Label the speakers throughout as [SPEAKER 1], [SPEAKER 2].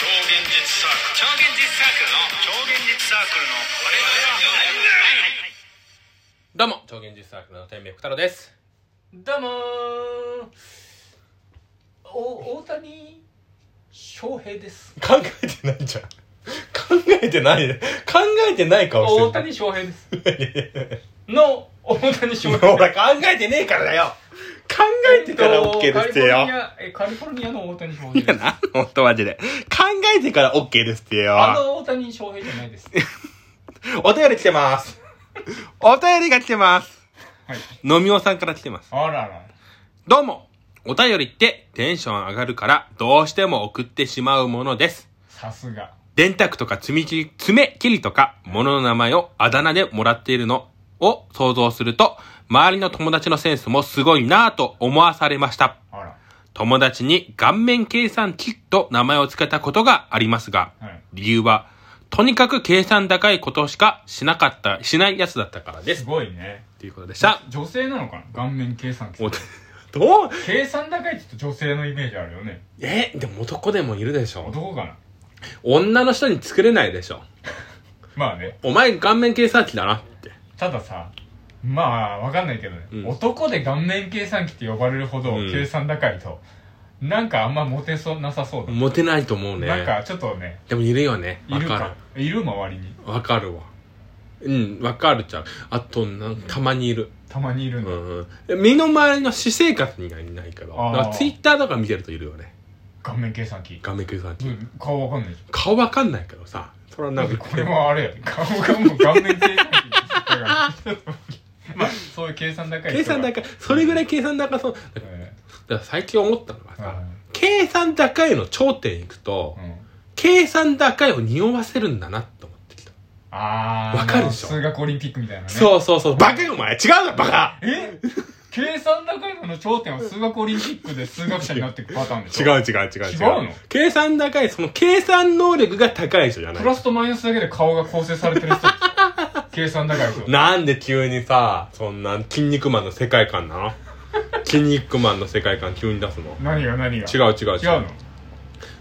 [SPEAKER 1] 実サークル超現実サークルの超現実サークルの我々は
[SPEAKER 2] どうも超現実サークルの天明福太郎です
[SPEAKER 3] どうもーお大谷翔平です
[SPEAKER 2] 考えてないじゃん考えてない考えてない顔
[SPEAKER 3] 大
[SPEAKER 2] して
[SPEAKER 3] 谷翔平です
[SPEAKER 2] る
[SPEAKER 3] の大谷翔平
[SPEAKER 2] ほら考えてねえからだよ考えてから OK ですってよ
[SPEAKER 3] カリフォルニアえカリフォルニアの大谷翔
[SPEAKER 2] い
[SPEAKER 3] 平
[SPEAKER 2] や
[SPEAKER 3] です
[SPEAKER 2] な本当マジで考えてから OK ですってよ
[SPEAKER 3] あの大谷翔平じゃないです
[SPEAKER 2] お便り来て ますお便りが来てます
[SPEAKER 3] はい
[SPEAKER 2] のみおさんから来てます
[SPEAKER 3] あらら
[SPEAKER 2] どうもお便りってテンション上がるからどうしても送ってしまうものです
[SPEAKER 3] さすが
[SPEAKER 2] 電卓とか積み切り、爪切りとか、物の名前をあだ名でもらっているのを想像すると、周りの友達のセンスもすごいなぁと思わされました。
[SPEAKER 3] あら
[SPEAKER 2] 友達に顔面計算機と名前を付けたことがありますが、
[SPEAKER 3] はい
[SPEAKER 2] 理由は、とにかく計算高いことしかしなかった、しないやつだったからですす。
[SPEAKER 3] ごいね
[SPEAKER 2] ということでした。
[SPEAKER 3] 女性なのかな顔面計算機
[SPEAKER 2] おどう
[SPEAKER 3] 計算高いって言うと女性のイメージあるよね
[SPEAKER 2] え、でも男でもいるでしょ。
[SPEAKER 3] 男かな
[SPEAKER 2] 女の人に作れないでしょ。
[SPEAKER 3] まあね
[SPEAKER 2] お前顔面計算機だなって。
[SPEAKER 3] たださまあわかんないけどね、
[SPEAKER 2] うん
[SPEAKER 3] 男で顔面計算機って呼ばれるほど
[SPEAKER 2] うん
[SPEAKER 3] 計算高いと、なんかあんまモテそうなさそうだ、
[SPEAKER 2] モテないと思うね。
[SPEAKER 3] なんかちょっとね
[SPEAKER 2] でもいるよね。
[SPEAKER 3] い
[SPEAKER 2] わ
[SPEAKER 3] る
[SPEAKER 2] か
[SPEAKER 3] か
[SPEAKER 2] る。
[SPEAKER 3] いる周りに
[SPEAKER 2] わかるわ。うん、わかるちゃう。あと、なんたまにいる。
[SPEAKER 3] たまにいるん
[SPEAKER 2] う
[SPEAKER 3] だ、
[SPEAKER 2] んうん。身の回りの私生活にはいないけど。
[SPEAKER 3] あー
[SPEAKER 2] だからツイッターとか見てるといるよね。
[SPEAKER 3] 顔面計算機、
[SPEAKER 2] 画面計算
[SPEAKER 3] う
[SPEAKER 2] 機。
[SPEAKER 3] ん、顔わかんないじ
[SPEAKER 2] 顔わかんないけどさ。それは
[SPEAKER 3] ゃ
[SPEAKER 2] なんんか。
[SPEAKER 3] これはあれやで顔がもう顔面計算機だからまあそういう計算高 い
[SPEAKER 2] 計算
[SPEAKER 3] い、
[SPEAKER 2] 高い。それぐらい計算高そう。だか
[SPEAKER 3] え
[SPEAKER 2] ら最近思ったのが
[SPEAKER 3] は
[SPEAKER 2] さ
[SPEAKER 3] い、
[SPEAKER 2] 計算高いの頂点行くと
[SPEAKER 3] ー、うん、
[SPEAKER 2] 計算高いを匂わせるんだなって思ってきた。
[SPEAKER 3] あー
[SPEAKER 2] わかるでしょ
[SPEAKER 3] もう数学オリンピックみたいなね
[SPEAKER 2] そうそうそう。バカよお前違うだろバカ
[SPEAKER 3] え計算高いのの頂点は数学オリンピックで数学者になっていくパターンでし
[SPEAKER 2] 違
[SPEAKER 3] ょ
[SPEAKER 2] う違う違う違う。
[SPEAKER 3] 違うの
[SPEAKER 2] 計算高い、その計算能力が高い人じゃない
[SPEAKER 3] プ。ラスとマイナスだけで顔が構成されてる人でしょ計算高い人
[SPEAKER 2] なんで急にさ、そんな、筋肉マンの世界観 なの筋肉マンの世界観急に出すの
[SPEAKER 3] 何が何が
[SPEAKER 2] 違
[SPEAKER 3] う
[SPEAKER 2] う違う違う。
[SPEAKER 3] 違うの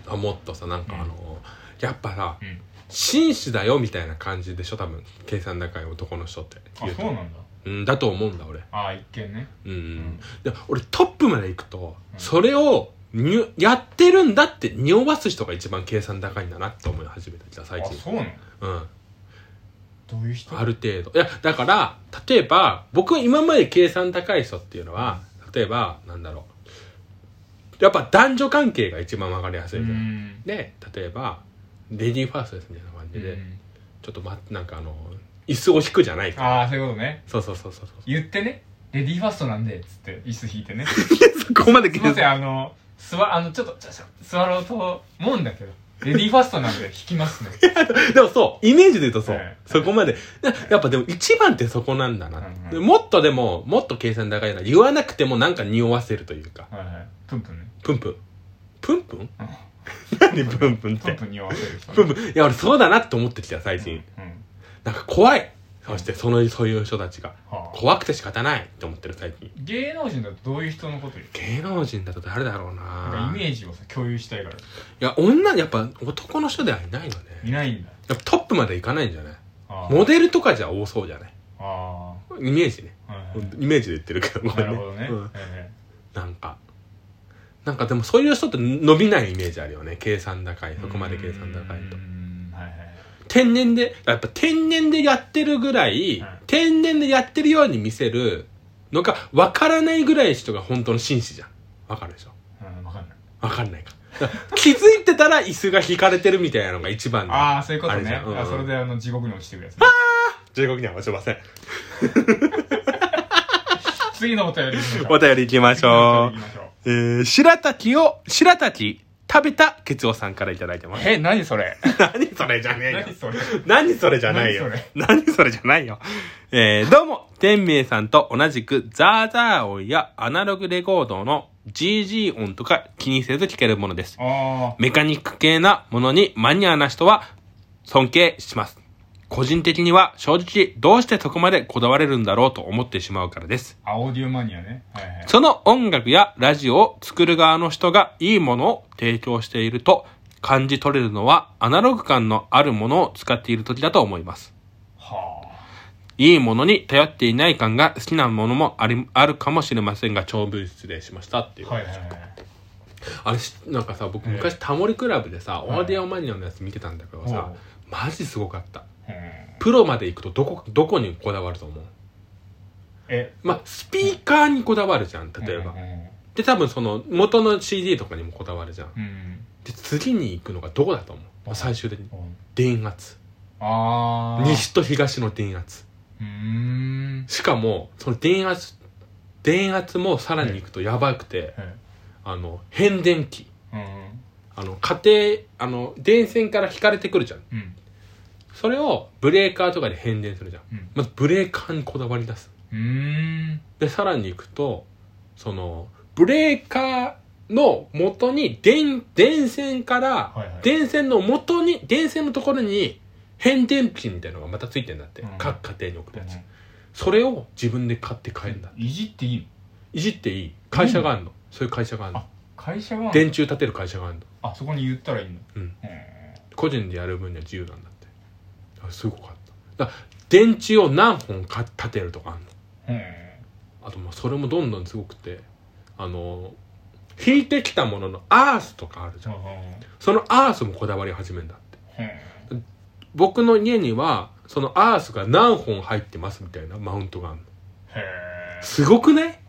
[SPEAKER 2] あもっとさ、なんかあの、やっぱさ、
[SPEAKER 3] うん
[SPEAKER 2] 紳士だよみたいな感じでしょ多分、計算高い男の人って。
[SPEAKER 3] あ
[SPEAKER 2] 言と
[SPEAKER 3] そうなんだ
[SPEAKER 2] うん、だと思うんだ俺。
[SPEAKER 3] あー一見ね
[SPEAKER 2] うんうん
[SPEAKER 3] ん。
[SPEAKER 2] で俺トップまで行くと、
[SPEAKER 3] うん
[SPEAKER 2] それを、にやってるんだって匂わす人が一番計算高いんだなって思い始めたじゃあ最
[SPEAKER 3] あ
[SPEAKER 2] 近
[SPEAKER 3] そうなの
[SPEAKER 2] うん
[SPEAKER 3] どういう人
[SPEAKER 2] ある程度いやだから例えば僕は今まで計算高い人っていうのは例えばなんだろうやっぱ男女関係が一番分かりやす
[SPEAKER 3] う
[SPEAKER 2] い
[SPEAKER 3] ー
[SPEAKER 2] じゃん、
[SPEAKER 3] ん
[SPEAKER 2] で例えばレディーファーストですみたいな感じで、
[SPEAKER 3] うん
[SPEAKER 2] ちょっと、ま、なんかあの椅子を引くじゃないか
[SPEAKER 3] ああそういうことね
[SPEAKER 2] そうそうそうそうそ
[SPEAKER 3] 言ってねレディーファーストなんでっつって椅子引いて ねす
[SPEAKER 2] うそこまで
[SPEAKER 3] い
[SPEAKER 2] 計
[SPEAKER 3] ません
[SPEAKER 2] 算
[SPEAKER 3] あのすわあのちょっとちょちょ座ろうと思うんだけどレディーファース トなんで引きますね
[SPEAKER 2] でもそうイメージで言うとそう、
[SPEAKER 3] はい
[SPEAKER 2] そこまでなやっぱでも一番ってそこなんだな、
[SPEAKER 3] うんうん
[SPEAKER 2] でもっとでももっと計算高いな言わなくてもなんか匂わせるというか
[SPEAKER 3] はいはいプンプンね
[SPEAKER 2] プンプンプン プン何プンプンっ
[SPEAKER 3] プン
[SPEAKER 2] て
[SPEAKER 3] プンに合わせる人ね
[SPEAKER 2] プンプンいや俺そうだなって思ってきた最近、
[SPEAKER 3] うん
[SPEAKER 2] なんか怖いそしてそのそういう人たちが
[SPEAKER 3] はあ
[SPEAKER 2] 怖くて仕方ないって思ってる最近
[SPEAKER 3] 芸能人だとどういう人のこと言う
[SPEAKER 2] 芸能人だと誰だろう
[SPEAKER 3] なんか
[SPEAKER 2] な
[SPEAKER 3] イメージをさ共有したいから
[SPEAKER 2] いや女やっぱ男の人ではいないのね
[SPEAKER 3] いないんだ
[SPEAKER 2] やっぱトップまでいかないんじゃない
[SPEAKER 3] あー
[SPEAKER 2] モデルとかじゃ多そうじゃない
[SPEAKER 3] あ
[SPEAKER 2] イメージね
[SPEAKER 3] ーはいはい
[SPEAKER 2] イメージで言ってるけどごめ
[SPEAKER 3] なんるほどね、
[SPEAKER 2] うん
[SPEAKER 3] え
[SPEAKER 2] なんかなんかでもそういう人って伸びないイメージあるよね計算高い
[SPEAKER 3] え
[SPEAKER 2] そこまで計算高いうと
[SPEAKER 3] ーんはいはい
[SPEAKER 2] 天然でやっぱ天然でやってるぐらい、
[SPEAKER 3] うん
[SPEAKER 2] 天然でやってるように見せるのが分からないぐらい人が本当の紳士じゃん分かるでしょ
[SPEAKER 3] うん分かんない
[SPEAKER 2] 分かんないか だから気づいてたら椅子が引かれてるみたいなのが一番の
[SPEAKER 3] ああそういうこと
[SPEAKER 2] あれじ
[SPEAKER 3] ね
[SPEAKER 2] ゃんうんうん
[SPEAKER 3] あそれであの地獄に落ちてくるやつね
[SPEAKER 2] 中国には落ちません
[SPEAKER 3] 次のお便り行きましょう
[SPEAKER 2] お便り行きましょう
[SPEAKER 3] 次のお便り行きましょう
[SPEAKER 2] えー、白滝を白滝食べたケツオさんからいただいてます
[SPEAKER 3] え何それ
[SPEAKER 2] 何それじゃねえよ
[SPEAKER 3] 何それ
[SPEAKER 2] 何それじゃないよ
[SPEAKER 3] 何そ。
[SPEAKER 2] 何それじゃないよ。えー、どうも、天明さんと同じくザーザー音やアナログレコードの GG 音とか気にせず聞けるものです。
[SPEAKER 3] あ
[SPEAKER 2] メカニック系なものにマニアな人は尊敬します。個人的には正直どうしてそこまでこだわれるんだろうと思ってしまうからです。
[SPEAKER 3] あオーディオマニアねはいはい
[SPEAKER 2] その音楽やラジオを作る側の人がいいものを提供していると感じ取れるのはアナログ感のあるものを使っている時だと思います。
[SPEAKER 3] はい
[SPEAKER 2] いものに頼っていない感が好きなものもありあるかもしれませんが、長文失礼しましたっていう。
[SPEAKER 3] あ。はいはいはい。
[SPEAKER 2] あれし、なんかさ、僕
[SPEAKER 3] ええ
[SPEAKER 2] 昔タモリクラブでさ、オ
[SPEAKER 3] はい
[SPEAKER 2] ーディオマニアのやつ見てたんだけどさ、マジすごかった。
[SPEAKER 3] うん
[SPEAKER 2] プロまで行くとどこ、どこにこだわると思う
[SPEAKER 3] え、
[SPEAKER 2] まあ、スピーカーにこだわるじゃん、例えば
[SPEAKER 3] うん。
[SPEAKER 2] で、多分その、元の CD とかにもこだわるじゃん。
[SPEAKER 3] うんうん。
[SPEAKER 2] で、次に行くのがどこだと思う最終的に。
[SPEAKER 3] うん
[SPEAKER 2] 電圧。
[SPEAKER 3] あー。
[SPEAKER 2] 西と東の電圧。
[SPEAKER 3] うーん。
[SPEAKER 2] しかも、その電圧、電圧もさらに行くとやばくて、
[SPEAKER 3] はい
[SPEAKER 2] あの、変電機。
[SPEAKER 3] うん
[SPEAKER 2] あの、家庭、あの、電線から引かれてくるじゃん。
[SPEAKER 3] うん。
[SPEAKER 2] それをブレーカーとかで変電するじゃん。
[SPEAKER 3] うん
[SPEAKER 2] まずブレーカーにこだわり出す。
[SPEAKER 3] うーん。
[SPEAKER 2] で、さらに行くと、その、ブレーカーの元に、電、電線から
[SPEAKER 3] はいはい、
[SPEAKER 2] 電線の元に、電線のところに、変電機みたいなのがまたついてんだって。
[SPEAKER 3] うん
[SPEAKER 2] 各家庭に送るやつ。それを自分で買って帰るんだ。
[SPEAKER 3] いじっていいの
[SPEAKER 2] いじっていい会社があるの。そういう会社があるの
[SPEAKER 3] あ。会社は
[SPEAKER 2] 電柱立てる会社があるの。
[SPEAKER 3] あそこに言ったらいいの
[SPEAKER 2] うん
[SPEAKER 3] う
[SPEAKER 2] 個人でやる分には自由なんだってあすごかっただ電池を何本か立てるとかあんの
[SPEAKER 3] ん
[SPEAKER 2] あとまあそれもどんどんすごくてあの引いてきたもののアースとかあるじゃんそのアースもこだわり始めるんだって僕の家にはそのアースが何本入ってますみたいなマウントがあるの
[SPEAKER 3] へ
[SPEAKER 2] すごくない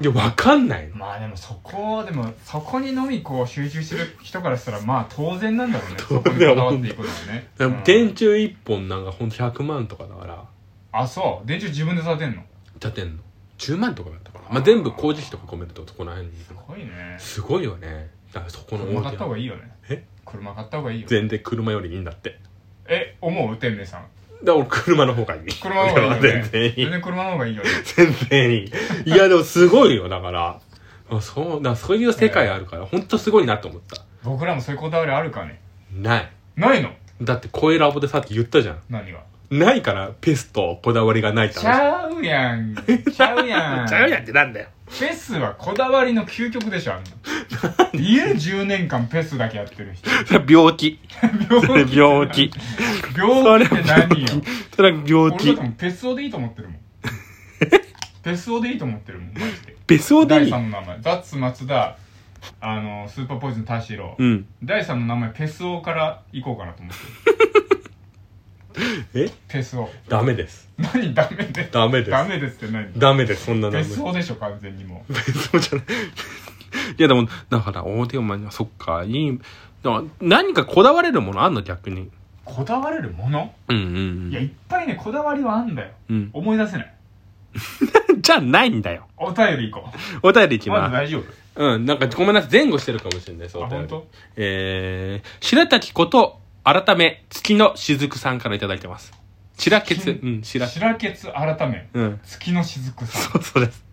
[SPEAKER 2] いやわかんない
[SPEAKER 3] え
[SPEAKER 2] の
[SPEAKER 3] まあでもそこでもそこにのみこう集中してる人からしたらまあ当然なん だろうねそこにこだわっていくのはね
[SPEAKER 2] でも
[SPEAKER 3] うん
[SPEAKER 2] 電柱1本なんかほんと100万とかだから
[SPEAKER 3] あそう電柱自分で立てんの
[SPEAKER 2] 立てんの10万とかだったかな、まあ、全部工事費とか込めるとこの辺に
[SPEAKER 3] すごいね
[SPEAKER 2] すごいよねだからそこの
[SPEAKER 3] 車買った方がいいよね
[SPEAKER 2] え
[SPEAKER 3] 車買った方がいいよ
[SPEAKER 2] 全然車よりいいんだって
[SPEAKER 3] え思う天明さん
[SPEAKER 2] だから俺車の方がいい
[SPEAKER 3] 車の方がいいよ
[SPEAKER 2] 全
[SPEAKER 3] ね
[SPEAKER 2] 然いい
[SPEAKER 3] 全然車の方がいいよね
[SPEAKER 2] 全然いいいやでもすごいよだからあそうだからそういう世界あるから、ほんとすごいなと思った
[SPEAKER 3] 僕らもそういうこだわりあるかね
[SPEAKER 2] ない
[SPEAKER 3] ないの
[SPEAKER 2] だって声ラボでさっき言ったじゃん
[SPEAKER 3] 何が
[SPEAKER 2] ないからペストこだわりがないって
[SPEAKER 3] ち
[SPEAKER 2] 話
[SPEAKER 3] ゃう やんちゃうやん
[SPEAKER 2] ちゃうやんってなんだよ
[SPEAKER 3] ペスはこだわりの究極でしょあ んな家10年間ペスだけやってる人
[SPEAKER 2] それは 病気それ
[SPEAKER 3] 病気
[SPEAKER 2] 病気
[SPEAKER 3] 病気って何よ
[SPEAKER 2] それは病
[SPEAKER 3] 俺だっ
[SPEAKER 2] 気
[SPEAKER 3] てもうペスオでいいと思 ってるもんペスオでいいと思ってるもんマジで
[SPEAKER 2] ベスオで
[SPEAKER 3] 第
[SPEAKER 2] いい
[SPEAKER 3] 3の名前ザッツ松田あのスーパーポイズン田代、
[SPEAKER 2] うん
[SPEAKER 3] 第3の名前ペスオから行こうかなと思ってる
[SPEAKER 2] え
[SPEAKER 3] ペスオ
[SPEAKER 2] ダメです
[SPEAKER 3] 何ダメで
[SPEAKER 2] ダメです
[SPEAKER 3] ダメですって何
[SPEAKER 2] ダメですそんな
[SPEAKER 3] ペ
[SPEAKER 2] 名
[SPEAKER 3] ス
[SPEAKER 2] 前
[SPEAKER 3] オでしょ完全にもう
[SPEAKER 2] そうじゃない。 いやでも、だから、オーディオマニア、そっか、いい、でも何かこだわれるものあんの逆に。
[SPEAKER 3] こだわれるもの
[SPEAKER 2] うん
[SPEAKER 3] いうや
[SPEAKER 2] ん
[SPEAKER 3] いっぱいねこだわりはあんだよ
[SPEAKER 2] うん。
[SPEAKER 3] 思い出せない
[SPEAKER 2] うん。じゃないんだよ。
[SPEAKER 3] お便り行こ
[SPEAKER 2] お便り行
[SPEAKER 3] う
[SPEAKER 2] きま
[SPEAKER 3] ま
[SPEAKER 2] す。
[SPEAKER 3] ず大丈夫
[SPEAKER 2] うん、なんかごめんなさい、前後してるかもしれないです、お
[SPEAKER 3] あ
[SPEAKER 2] 便
[SPEAKER 3] 本
[SPEAKER 2] り。
[SPEAKER 3] 当
[SPEAKER 2] えー、白滝こと、改め、月の雫さんからいただいてます。白ケツ、うん、白、
[SPEAKER 3] 白ケツ改め
[SPEAKER 2] うん。
[SPEAKER 3] 月の雫さん
[SPEAKER 2] そう、そうです。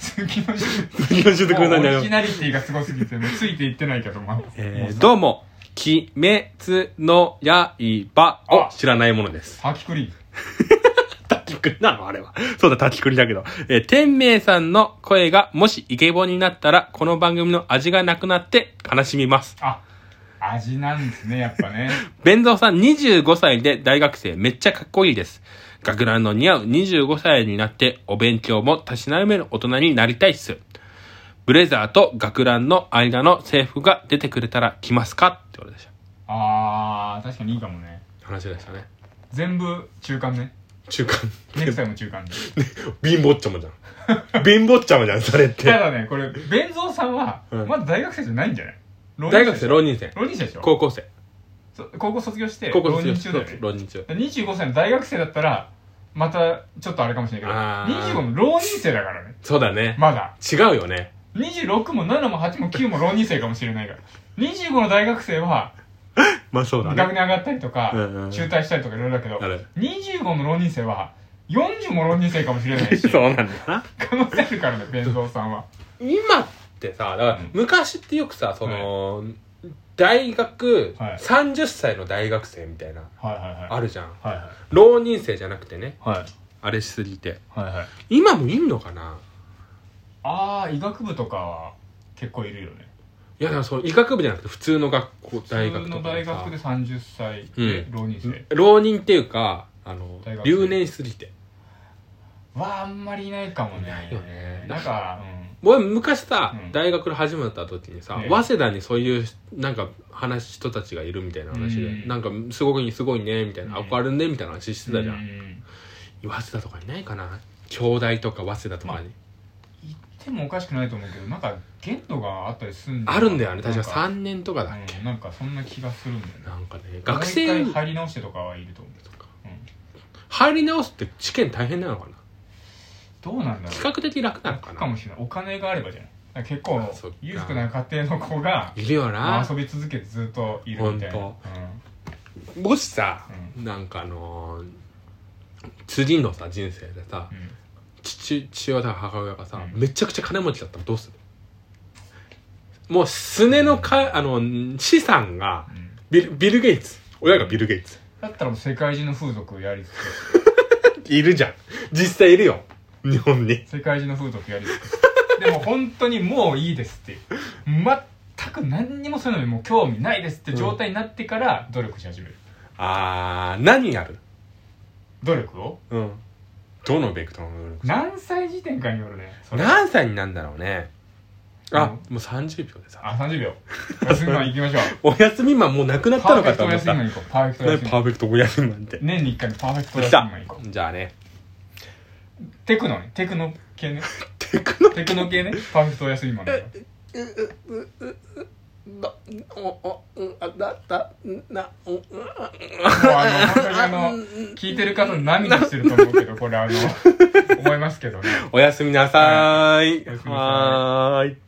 [SPEAKER 3] 月の雫
[SPEAKER 2] 月の雫さん
[SPEAKER 3] も
[SPEAKER 2] だ
[SPEAKER 3] うオ
[SPEAKER 2] よ
[SPEAKER 3] リジ。ナリティがすごすぎてもうついていってないけどまあ
[SPEAKER 2] え
[SPEAKER 3] も
[SPEAKER 2] ー、
[SPEAKER 3] さ
[SPEAKER 2] どうも、鬼滅の刃を知らないものです。
[SPEAKER 3] ハキクリーン
[SPEAKER 2] 滝くりなのあれは。そうだ、滝くりだけど。えー天明さんの声がもしイケボになったら、この番組の味がなくなって悲しみます。
[SPEAKER 3] あ味なんですねやっぱね
[SPEAKER 2] 弁蔵さん25歳で大学生、めっちゃかっこいいです。学ランの似合う25歳になって、お勉強もたしなめる大人になりたいっす。ブレザーと学ランの間の制服が出てくれたら来ますかってことでした。
[SPEAKER 3] あー確かにいいかもね
[SPEAKER 2] 話でしたね。
[SPEAKER 3] 全部中間ね
[SPEAKER 2] 中間。
[SPEAKER 3] ネクタイも中 間で
[SPEAKER 2] 貧乏っちゃもじゃん。貧乏っちゃもじゃん、それって
[SPEAKER 3] ただねこれ弁蔵さんは
[SPEAKER 2] うん
[SPEAKER 3] まだ大学生じゃないんじゃない浪
[SPEAKER 2] 大
[SPEAKER 3] 人
[SPEAKER 2] 学
[SPEAKER 3] 生
[SPEAKER 2] 生、浪人生。
[SPEAKER 3] 浪人生でしょ
[SPEAKER 2] 高校生。
[SPEAKER 3] そ高校卒業して
[SPEAKER 2] 高校
[SPEAKER 3] 浪
[SPEAKER 2] 卒業
[SPEAKER 3] 人中だよね
[SPEAKER 2] 浪人中。
[SPEAKER 3] 25歳の大学生だったらまたちょっとあれかもしれな
[SPEAKER 2] あ
[SPEAKER 3] いけ
[SPEAKER 2] ー
[SPEAKER 3] ど25の浪人生だからね
[SPEAKER 2] そうだね。
[SPEAKER 3] まだ
[SPEAKER 2] 違うよね。
[SPEAKER 3] 26も7も8も9も浪人生かもしれないから25の大学生は
[SPEAKER 2] まあそう
[SPEAKER 3] 学年上がったりとか
[SPEAKER 2] うんうん
[SPEAKER 3] 中退したりとかいろいろだけど
[SPEAKER 2] ある
[SPEAKER 3] 25の浪人生は40も浪人生かもしれない し
[SPEAKER 2] そうなんだよな。
[SPEAKER 3] 可能性あるからね弁蔵さんは
[SPEAKER 2] 今ってさ、だから
[SPEAKER 3] うん
[SPEAKER 2] 昔ってよくさ、その、大学、
[SPEAKER 3] はい
[SPEAKER 2] 30歳の大学生みたいな、
[SPEAKER 3] はいはいはい
[SPEAKER 2] あるじゃん。
[SPEAKER 3] はい
[SPEAKER 2] 浪人生じゃなくてね、
[SPEAKER 3] はい
[SPEAKER 2] あれしすぎて。
[SPEAKER 3] はいはい
[SPEAKER 2] 今もいんのかな
[SPEAKER 3] ああ医学部とかは結構いるよね
[SPEAKER 2] いやだからその医学部じゃなくて普通の学校大
[SPEAKER 3] 普
[SPEAKER 2] 学
[SPEAKER 3] 通
[SPEAKER 2] と
[SPEAKER 3] の
[SPEAKER 2] かで
[SPEAKER 3] 大
[SPEAKER 2] さ
[SPEAKER 3] 学で30歳で
[SPEAKER 2] うん
[SPEAKER 3] 浪人生、
[SPEAKER 2] 浪人っていうかあの
[SPEAKER 3] 大学生
[SPEAKER 2] 留年しすぎて
[SPEAKER 3] はあんまりいないかもね
[SPEAKER 2] いよね
[SPEAKER 3] なんか、
[SPEAKER 2] 俺昔さ、
[SPEAKER 3] うん
[SPEAKER 2] 大学の始まった時にさ、
[SPEAKER 3] ね
[SPEAKER 2] 早稲田にそういうなんか話人たちがいるみたいな話で、
[SPEAKER 3] うん
[SPEAKER 2] なんかすごいすごいねみたいな、
[SPEAKER 3] うん
[SPEAKER 2] 憧れるねみたいな話し
[SPEAKER 3] う
[SPEAKER 2] て
[SPEAKER 3] ん、
[SPEAKER 2] たじゃ、
[SPEAKER 3] うんん
[SPEAKER 2] 早稲田とかいないかな京大とか早稲田とかに、
[SPEAKER 3] 行ってもおかしくないと思うけどなんか限度があったりするん
[SPEAKER 2] あるんだよね確か
[SPEAKER 3] 三
[SPEAKER 2] 3年とかだっけ、
[SPEAKER 3] うん、なんかそんな気がするんだよね
[SPEAKER 2] なんかね学生
[SPEAKER 3] 毎回入り直してとかはいると思う
[SPEAKER 2] 入り直すって試験大変なのかな
[SPEAKER 3] どうなんだろ
[SPEAKER 2] 比
[SPEAKER 3] う
[SPEAKER 2] 較的楽なのか
[SPEAKER 3] か
[SPEAKER 2] な
[SPEAKER 3] もしれないお金があればじゃないなんか結
[SPEAKER 2] あそっか
[SPEAKER 3] 構裕福な家庭の子が
[SPEAKER 2] いるよな
[SPEAKER 3] 遊び続けてずっといるみたいな、うん
[SPEAKER 2] ほもしさ、
[SPEAKER 3] う
[SPEAKER 2] なんかあのー次のさ人生でさ
[SPEAKER 3] うん、
[SPEAKER 2] 父父親とか母親がさ、
[SPEAKER 3] うん
[SPEAKER 2] めちゃくちゃ金持ちだったらどうするもうすねのかあの資産が
[SPEAKER 3] うん
[SPEAKER 2] ビルビル・ゲイツ親がビル・ゲイツ
[SPEAKER 3] だったらもう世界中の風俗やりつ
[SPEAKER 2] いるじゃん実際いるよ日本に
[SPEAKER 3] つ世界中の風俗やりつつでも本当にもういいですっていう全く何にもそういうのにもう興味ないですって状態になってから努力し始める、
[SPEAKER 2] あー何やる
[SPEAKER 3] 努力を
[SPEAKER 2] うんどのベクトルの努力
[SPEAKER 3] 何歳時点かによるねそれ
[SPEAKER 2] 何歳になんだろうねあ、もう30秒でさ
[SPEAKER 3] あ30秒 休みま行きましょう
[SPEAKER 2] お休みマンもうなくなっ
[SPEAKER 3] パ
[SPEAKER 2] た
[SPEAKER 3] ー
[SPEAKER 2] の
[SPEAKER 3] フ
[SPEAKER 2] か
[SPEAKER 3] ェク
[SPEAKER 2] と
[SPEAKER 3] トお
[SPEAKER 2] 思っ
[SPEAKER 3] 休
[SPEAKER 2] た
[SPEAKER 3] みま行こうパーフェクトお
[SPEAKER 2] 何
[SPEAKER 3] 休み
[SPEAKER 2] パーフェクトお休みマンって
[SPEAKER 3] 年に1回のパーフェクトお
[SPEAKER 2] 来
[SPEAKER 3] 休み
[SPEAKER 2] た
[SPEAKER 3] ま行こ
[SPEAKER 2] じゃあね
[SPEAKER 3] うテクノねテクノ系ね
[SPEAKER 2] テクノ
[SPEAKER 3] テクノ系ねパーフェクトお休みまで
[SPEAKER 2] だおおうんあだだなおうんあ
[SPEAKER 3] もうあの本当にあの聞いてる方涙してると思うけどこれあの思いますけどね
[SPEAKER 2] おやすみなさーい
[SPEAKER 3] おやすみなさい
[SPEAKER 2] はーい